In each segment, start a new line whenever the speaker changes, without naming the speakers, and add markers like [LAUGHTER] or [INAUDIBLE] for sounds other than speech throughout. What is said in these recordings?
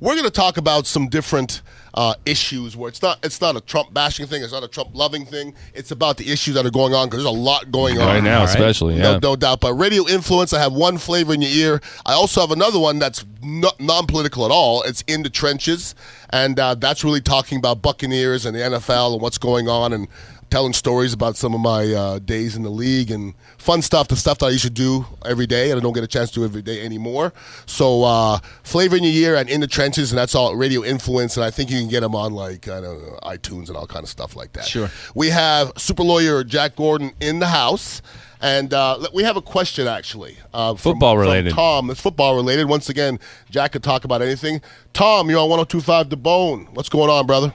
We're going to talk about some different uh, issues where it's not it's not a Trump bashing thing. It's not a Trump loving thing. It's about the issues that are going on because there's a lot going on
right now, especially.
no,
Yeah.
no doubt. But radio influence, I have one flavor in your ear. I also have another one that's no, non-political at all. It's in the trenches, and uh, that's really talking about Buccaneers and the NFL and what's going on and telling stories about some of my uh, days in the league and fun stuff, the stuff that I used to do every day and I don't get a chance to do every day anymore. So uh, flavor in your ear and in the trenches, and that's all radio influence. And I think you can get them on like I don't know iTunes and all kind of stuff like that.
Sure.
We have super lawyer Jack Gordon in the house, and uh, let- we have a question actually. Uh, from-
Football
from
related.
Tom, it's football related. Once again, Jack could talk about anything. Tom, you're on 102.5 The Bone. What's going on, brother?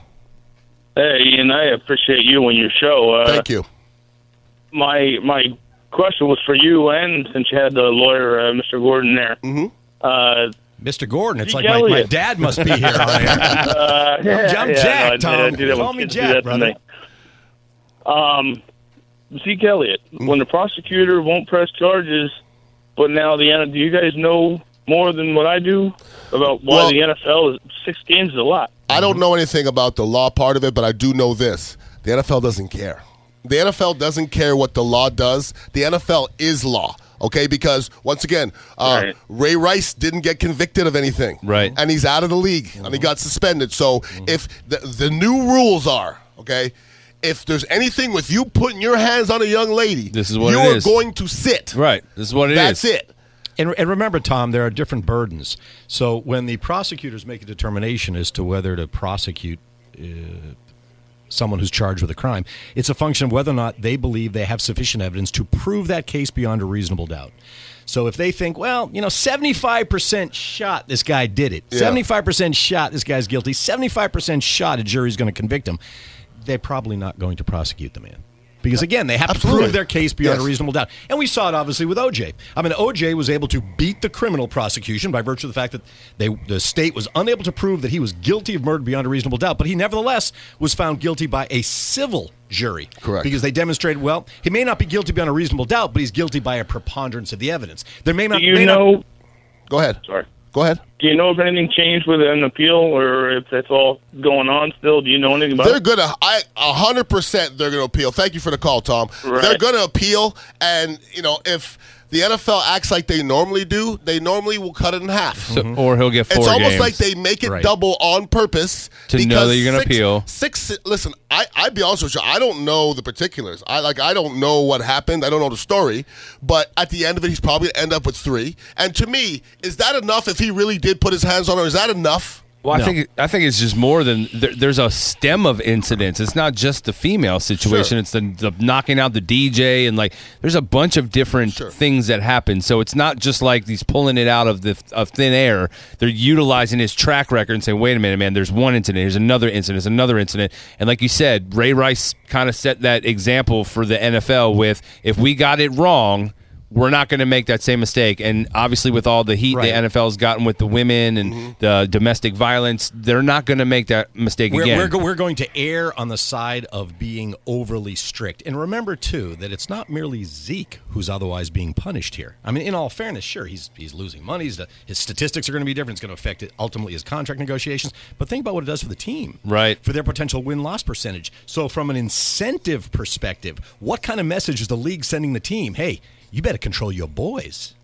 Hey, Ian, I appreciate you and your show. Uh,
Thank you.
My my question was for you, and since you had the lawyer, uh, Mr. Gordon, there. Mm-hmm. Uh,
Mr. Gordon, it's
Zeke
like my, my
Elliott.
dad must be here on air.
uh, yeah,
I'm
yeah,
Jack,
no, I- I
Tom.
do that
Call
when
me
kids
Jack,
do that to
brother.
me. Um, Zeke Elliott.
Mm-hmm.
When the prosecutor won't press charges, but now the N do you guys know more than what I do about why
Well-
the NFL is six games is a lot?
I
Mm-hmm.
don't know anything about the law part of it, but I do know this: the NFL doesn't care. The NFL doesn't care what the law does. The NFL is law. Okay, because once again, uh,
Right.
Ray Rice didn't get convicted of anything,
Right. Mm-hmm.
And he's out of the league, and he got suspended. So if the the new rules are okay, if there's anything with you putting your hands on a young lady,
This is what
you
it
are
is.
going to sit.
Right. This is what it is.
That's it.
And, and remember, Tom, there are different burdens. So when the prosecutors make a determination as to whether to prosecute uh, someone who's charged with a crime, it's a function of whether or not they believe they have sufficient evidence to prove that case beyond a reasonable doubt. So if they think, well, you know, 75% shot this guy did it,
Yeah.
75% shot this guy's guilty, 75% shot a jury's going to convict him, they're probably not going to prosecute the man. Because again, they have to
Absolutely.
prove their case beyond
Yes.
a reasonable reasonable doubt. And we saw it obviously with OJ. I mean, OJ was able to beat the criminal prosecution by virtue of the fact that they the state was unable to prove that he was guilty of murder beyond a reasonable doubt, but he nevertheless was found guilty by a civil jury.
Correct.
Because they demonstrated, well, he may not be guilty beyond a reasonable doubt, but he's guilty by a preponderance of the evidence. There may not
Do you
may not-
know?
Go ahead.
Sorry.
Go ahead.
Do you know if anything changed with an appeal, or if that's all going on still? Do you know anything about
They're
it?
gonna, I a hundred percent. They're gonna appeal. Thank you for the call, Tom.
Right.
They're gonna appeal, and you know if the NFL acts like they normally do, they normally will cut it in half.
So- Or he'll get four
Mm-hmm. it's almost
games.
like they make it
Right.
double on purpose
To know
because
that you're gonna
six-
appeal.
Six. Listen, I I be honest with you. I don't know the particulars. I like I don't know what happened. I don't know the story. But at the end of it, he's probably gonna end up with three. And to me, is that enough? If he really did put his hands on her, is that enough?
Well, I think I think it's just more than there, there's a stem of incidents. It's not just the female situation.
Sure.
It's the, the knocking out the DJ and like there's a bunch of different
Sure.
things that happen. So it's not just like he's pulling it out of the of thin air. They're utilizing his track record and saying, "Wait a minute, man. There's one incident. There's another incident. There's another incident." And like you said, Ray Rice kind of set that example for the NFL with if we got it wrong. We're not going to make that same mistake, and obviously, with all the heat
Right. Mm-hmm.
the NFL. NFL's gotten with the women and the domestic violence, they're not going to make that mistake
We're,
again.
we're, go- we're going to err on the side of being overly strict. And remember, too, that it's not merely Zeke who's otherwise being punished here. I mean, in all fairness, sure, he's, he's losing money. He's, his statistics are going to be different. It's going to affect it, ultimately his contract negotiations. But think about what it does for the team.
Right.
For their potential win loss percentage. So, from an incentive perspective, what kind of message is the league sending the team? Hey, you better control your boys.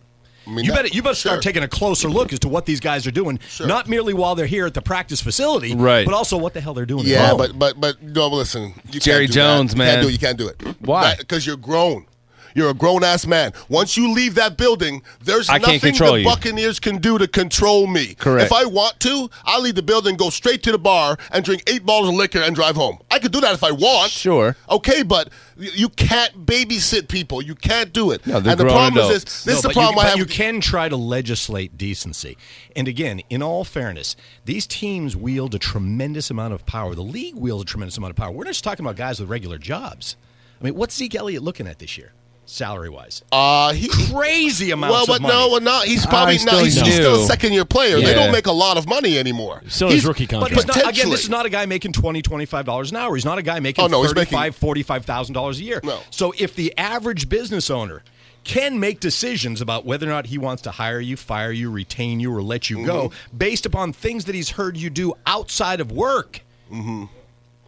I mean,
You
that-
better you better
Sure.
start taking a closer look as to what these guys are doing, not merely while they're here at the practice facility,
Right.
But also what the hell they're doing. at
Yeah,
home.
but but but no. but Listen, you
Jerry
can't do
Jones,
that.
man.
you can't do it. You can't do it.
Why?
Because you're grown. You're a grown ass man. Once you leave that building, there's
I can't
nothing
control
the
you.
Buccaneers can do to control me.
Correct.
If I want to, I leave the building, go straight to the bar, and drink eight bottles of liquor and drive home. I could do that if I want.
Sure.
Okay, but y- you can't babysit people. You can't do it.
No, they're
and the
grown
problem is
adults.
this. This
No,
is the
but
problem
you,
I
but
have.
You can try to legislate decency. And again, in all fairness, these teams wield a tremendous amount of power. The league wields a tremendous amount of power. We're not just talking about guys with regular jobs. I mean, what's Zeke Elliott looking at this year, salary wise?
uh, he,
Crazy amounts
well,
of
but
money.
no, well, not. He's probably
still
not. He's, he's
new.
still a second year player. They
Yeah.
don't make a lot of money anymore.
Still in his rookie
But
contract.
he's not, again,
Potentially.
this is not a guy making twenty, twenty-five dollars an hour. He's not a guy making
Oh, no, he's
thirty-five,
making-
forty-five thousand dollars a year.
No.
So if the average business owner can make decisions about whether or not he wants to hire you, fire you, retain you, or let you go
Mm-hmm.
based upon things that he's heard you do outside of work.
Mm-hmm.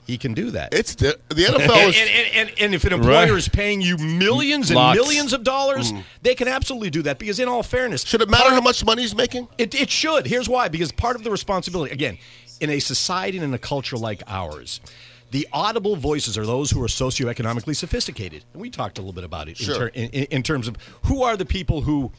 He can do that.
It's di- the NFL
and, [LAUGHS]
is.
and, and, and- and if an employer
Right.
is paying you millions and
Lots.
millions of dollars,
Mm.
they can absolutely do that because, in all fairness,
should it matter how much money he's making?
it, it should. Here's why because part of the responsibility, again, in a society and in a culture like ours, the audible voices are those who are socioeconomically sophisticated. And we talked a little bit about it
Sure.
in, ter- in, in in terms of who are the people who.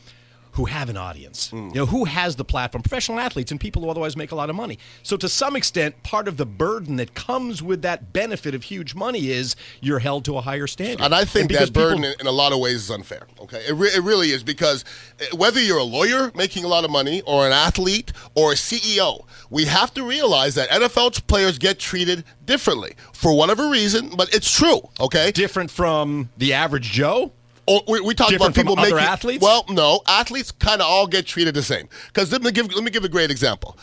Who have an audience?
Hmm.
You know, who has the platform? Professional athletes and people who otherwise make a lot of money. So, to some extent, part of the burden that comes with that benefit of huge money is you're held to a higher standard.
And I think
because
that burden
people-
in- in a lot of ways is unfair. Okay, it, re- it really is because uh, whether you're a lawyer making a lot of money or an athlete or a CEO, we have to realize that NFL players get treated differently for whatever reason. But it's true. Okay,
different from the average Joe.
Oh, we, we talk
Different
about people
from other
making
athletes?
Well, no, athletes kind of all get treated the same. Because let me give let me give a great example.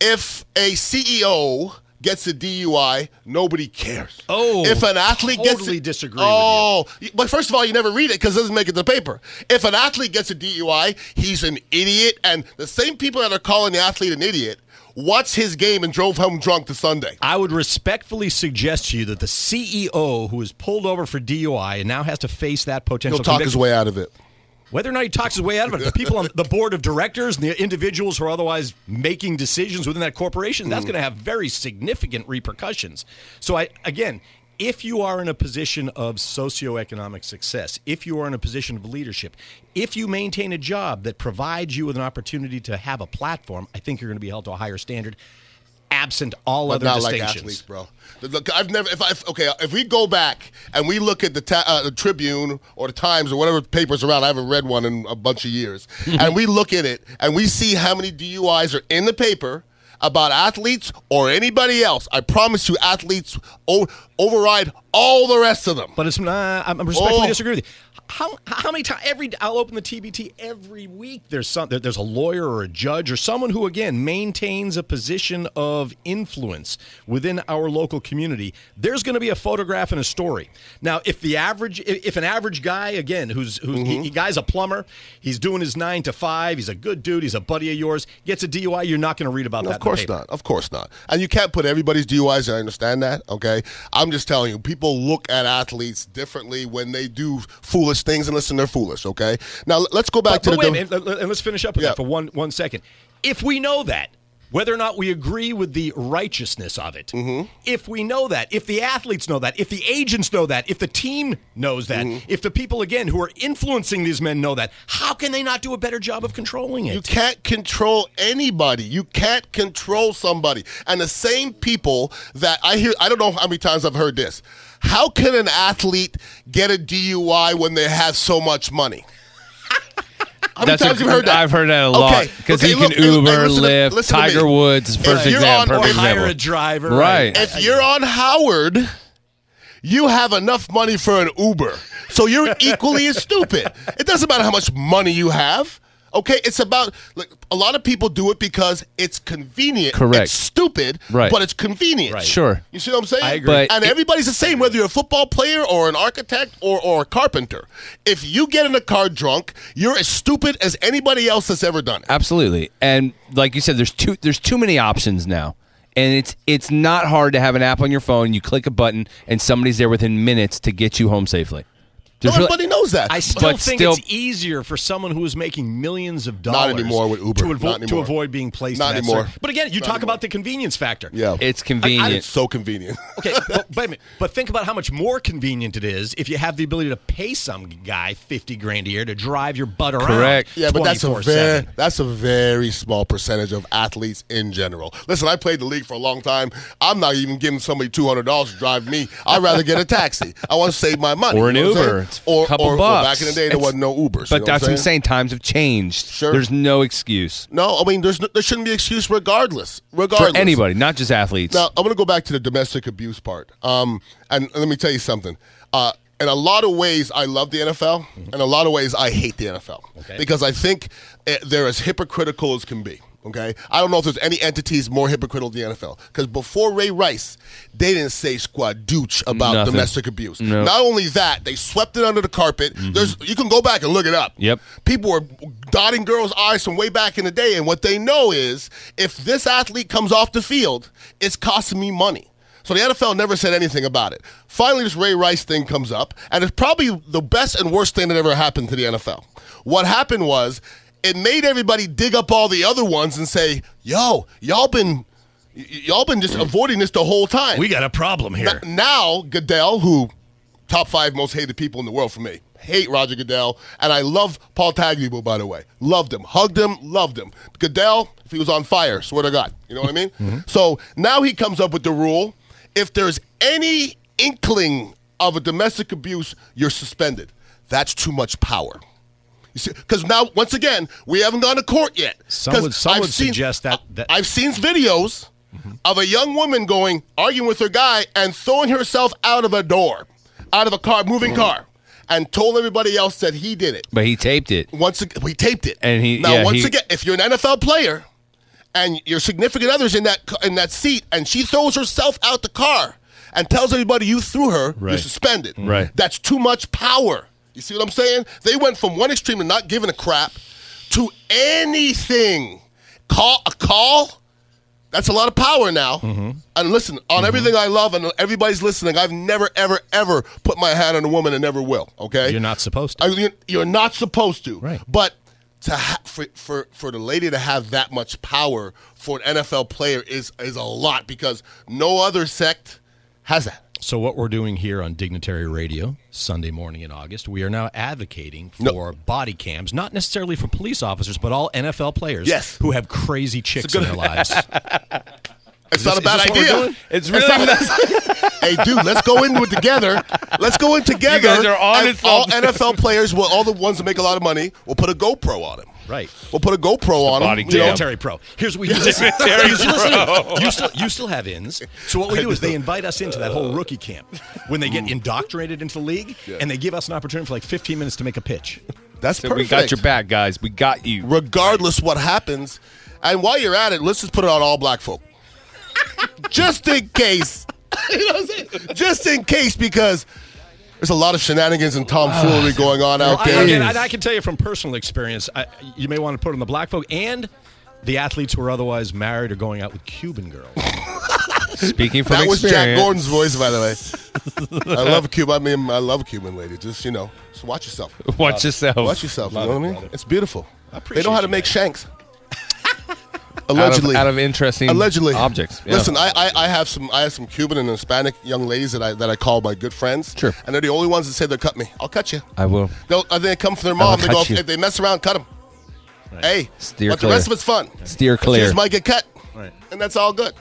If a CEO gets a DUI, nobody cares.
Oh,
if an athlete gets
totally
a,
disagree with you.
Oh, you- but first of all, you never read it because it doesn't make it to the paper. If an athlete gets a DUI, he's an idiot, and the same people that are calling the athlete an idiot watched his game and drove home drunk to Sunday.
I would respectfully suggest to you that the CEO who is pulled over for DUI and now has to face that potential
He'll talk his
conviction-
way out of it.
whether or not he talks his way out of it, the people on the board of directors and the individuals who are otherwise making decisions within that corporation, that's
Mm.
going to have very significant repercussions. So I again, if you are in a position of socioeconomic success, if you are in a position of leadership, if you maintain a job that provides you with an opportunity to have a platform, I think you're going to be held to a higher standard absent all
But
other
not like
distinctions.
athletes, bro. The- Look, I've never. If I if, okay, if we go back and we look at the, ta- uh, the Tribune or the Times or whatever papers around, I haven't read one in a bunch of
[LAUGHS]
years, and we look at it and we see how many DUIs are in the paper about athletes or anybody else. I promise you, athletes o- override all the rest of them.
But it's not. I'm I'm respectfully
Oh.
disagree with you. How how many times every I'll open the TBT every week. There's some there, there's a lawyer or a judge or someone who again maintains a position of influence within our local community. There's going to be a photograph and a story. Now, if the average if if an average guy again who's who's
Mm-hmm.
he, he guy's a plumber, he's doing his nine to five. He's a good dude. He's a buddy of yours. Gets a DUI. You're not going to read about that.
Of course
in the paper.
not. Of course not. And you can't put everybody's DUIs. I understand that. Okay. I'm just telling you, people look at athletes differently when they do foolish things, and listen, they're foolish. Okay. Now l- let's go back to
but
the.
wait a minute, let- let- and let's finish up with
Yeah.
that for one one second. If we know that, whether or not we agree with the righteousness of it,
Mm-hmm.
if we know that, if the athletes know that, if the agents know that, if the team knows that,
Mm-hmm.
if the people again who are influencing these men know that, how can they not do a better job of controlling it?
You can't control anybody. You can't control somebody. And the same people that I hear, I don't know how many times I've heard this. How can an athlete get a DUI when they have so much money? [LAUGHS] How many
That's a-
times you heard that?
I've heard that a lot, 'cause he can Uber,
listen to-
Lyft,
listen to
Tiger
me.
Woods is
If
first
you're
example,
on-
perfect
or
example.
hire a driver,
Right.
If you're on Howard, you have enough money for an Uber. So
[LAUGHS]
you're equally as stupid. It doesn't matter how much money you have. Okay, it's about like a lot of people do it because it's convenient.
Correct.
It's stupid,
Right.
but it's convenient.
Sure.
You see what I'm saying?
I agree.
But
and
it-
everybody's the same, whether you're a football player or an architect or, or a carpenter. If you get in a car drunk, you're as stupid as anybody else that's ever done it.
Absolutely. And like you said, there's too there's too many options now. And it's it's not hard to have an app on your phone, you click a button and somebody's there within minutes to get you home safely. There's really-
Everybody knows that.
I still
But
think
still-
it's easier for someone who is making millions of dollars
anymore with Uber.
to, avo-
Not
to
anymore.
avoid being placed
Not
in that
anymore.
circle. But again, you
Not
talk
anymore.
about the convenience factor.
yeah.
it's convenient.
it's so convenient. [LAUGHS]
Okay, [LAUGHS] but, wait a minute. but think about how much more convenient it is if you have the ability to pay some guy fifty grand a year to drive your butt around.
Correct.
Yeah, but that's a very
24/7.
that's a very small percentage of athletes in general. Listen, I played the league for a long time. I'm not even giving somebody two hundred dollars to drive me. I'd rather get a
[LAUGHS]
taxi. I want to save my money
Or an
You know what I'm
Uber.
saying?
It's a
or,
couple
or, or
bucks.
back in the day, there
It's-
wasn't no Ubers. you
but
know
that's
what
what
I'm
I'm saying. Times have changed.
Sure.
There's no excuse
No, I mean there's no, there shouldn't be excuse regardless.
for
Regardless,
anybody, not just athletes.
Now, I'm going to go back to the domestic abuse part. Um, and let me tell you something. Uh, in a lot of ways, I love the NFL.
Mm-hmm.
In a lot of ways, I hate the NFL because I think eh, they're as hypocritical as can be. Okay, I don't know if there's any entities more hypocritical than the NFL because before Ray Rice, they didn't say squad douche about
Nothing.
domestic abuse.
No.
Not only that, they swept it under the carpet. There's you can go back and look it up.
Mm-hmm. Yep.
people were dotting girls' eyes from way back in the day, and what they know is if this athlete comes off the field, it's costing me money. So the NFL never said anything about it. Finally, this Ray Rice thing comes up, and it's probably the best and worst thing that ever happened to the NFL. What happened was it made everybody dig up all the other ones and say, "Yo, y'all been." y- Y'all been just avoiding this the whole time.
We got a problem here.
N- now Goodell, who top five most hated people in the world for me, hate Roger Goodell, and I love Paul Tagliabue. By the way, loved him, hugged him, loved him. Goodell, if he was on fire, swear to God, you know what I mean. So now he comes up with the rule: if there's any inkling of a domestic abuse, you're suspended. That's too much power. Because now, once again, we haven't gone to court yet.
Some
'Cause
would- some
I've
would
seen-
suggest that- that- Mm-hmm.
I've seen videos of a young woman going arguing with her guy and throwing herself out of a door, out of a car,
Mm.
moving car, and told everybody else that he did it.
But he taped it.
Once ag- we taped it,
And he-
now
yeah,
once
he-
again, if you're an NFL player and your significant other's in that c- in that seat, and she throws herself out the car and tells everybody you threw her, you're
Right. Mm.
suspended.
Right.
That's too much power. You see what I'm saying? They went from one extreme to not giving a crap to anything. Call a call. That's a lot of power now.
Mm-hmm.
And listen, on everything I love and everybody's listening, I've never, ever, ever put my hand on a woman and never will. Okay,
You're not supposed to.
I, you're, you're not supposed to.
Right.
But to ha- for, for for the lady to have that much power for an NFL player is is a lot because no other sect has that.
So what we're doing here on Dignitary Radio Sunday morning in August, we are now advocating for body cams, not necessarily for police officers, but all NFL players
Yes.
who have crazy chicks in their lives.
[LAUGHS] It's not a bad
this- is this what we're
idea.
doing?
It's really
hey, dude, let's go into it together. Let's go in together.
guys are on
and
it,
all
folks.
NFL players, well, all the ones that make a lot of money, will put a GoPro on him.
Right.
We'll put a GoPro on
body
him. you know,
cam.
Dignitary Pro. Here's what we do. Listen, listen, listen. you, still, you still have ins. So what we do is they invite us into that whole rookie camp when they get indoctrinated into the league, and they give us an opportunity for like 15 minutes to make a pitch.
That's
So
perfect.
we got your back, guys. We
[LAUGHS]
got you.
regardless what happens. And while you're at it, let's just put it on all black folk. [LAUGHS] just in case. you know what I'm saying? Just in case, because there's a lot of shenanigans and tomfoolery going on
Well,
out
I,
there.
again, I, I can tell you from personal experience, I, you may want to put on the black folk and the athletes who are otherwise married or going out with Cuban girls.
Speaking from
that was Jack
experience.
Gordon's voice, by the way. I love Cuban. I mean, I love Cuban lady. Just you know, just watch yourself.
[LAUGHS] Watch yourself.
Watch yourself. You know what
Love
I
it,
mean?
brother.
It's beautiful. They
appreciate
know how to
you,
make
man.
shanks.
Out of-
Allegedly,
out of interesting
allegedly
objects. Yeah.
Listen, I, I I have some I have some Cuban and Hispanic young ladies that I that I call my good friends.
Sure.
and they're the only ones that say they'll cut me. I'll cut you.
I will.
They'll uh, they come from their mom. They
will
go if,
cut you.
if they mess around, cut them. Hey,
Steer
but
clear.
the rest of it's fun.
Steer
Kids
clear.
might get cut,
Right.
and that's all good.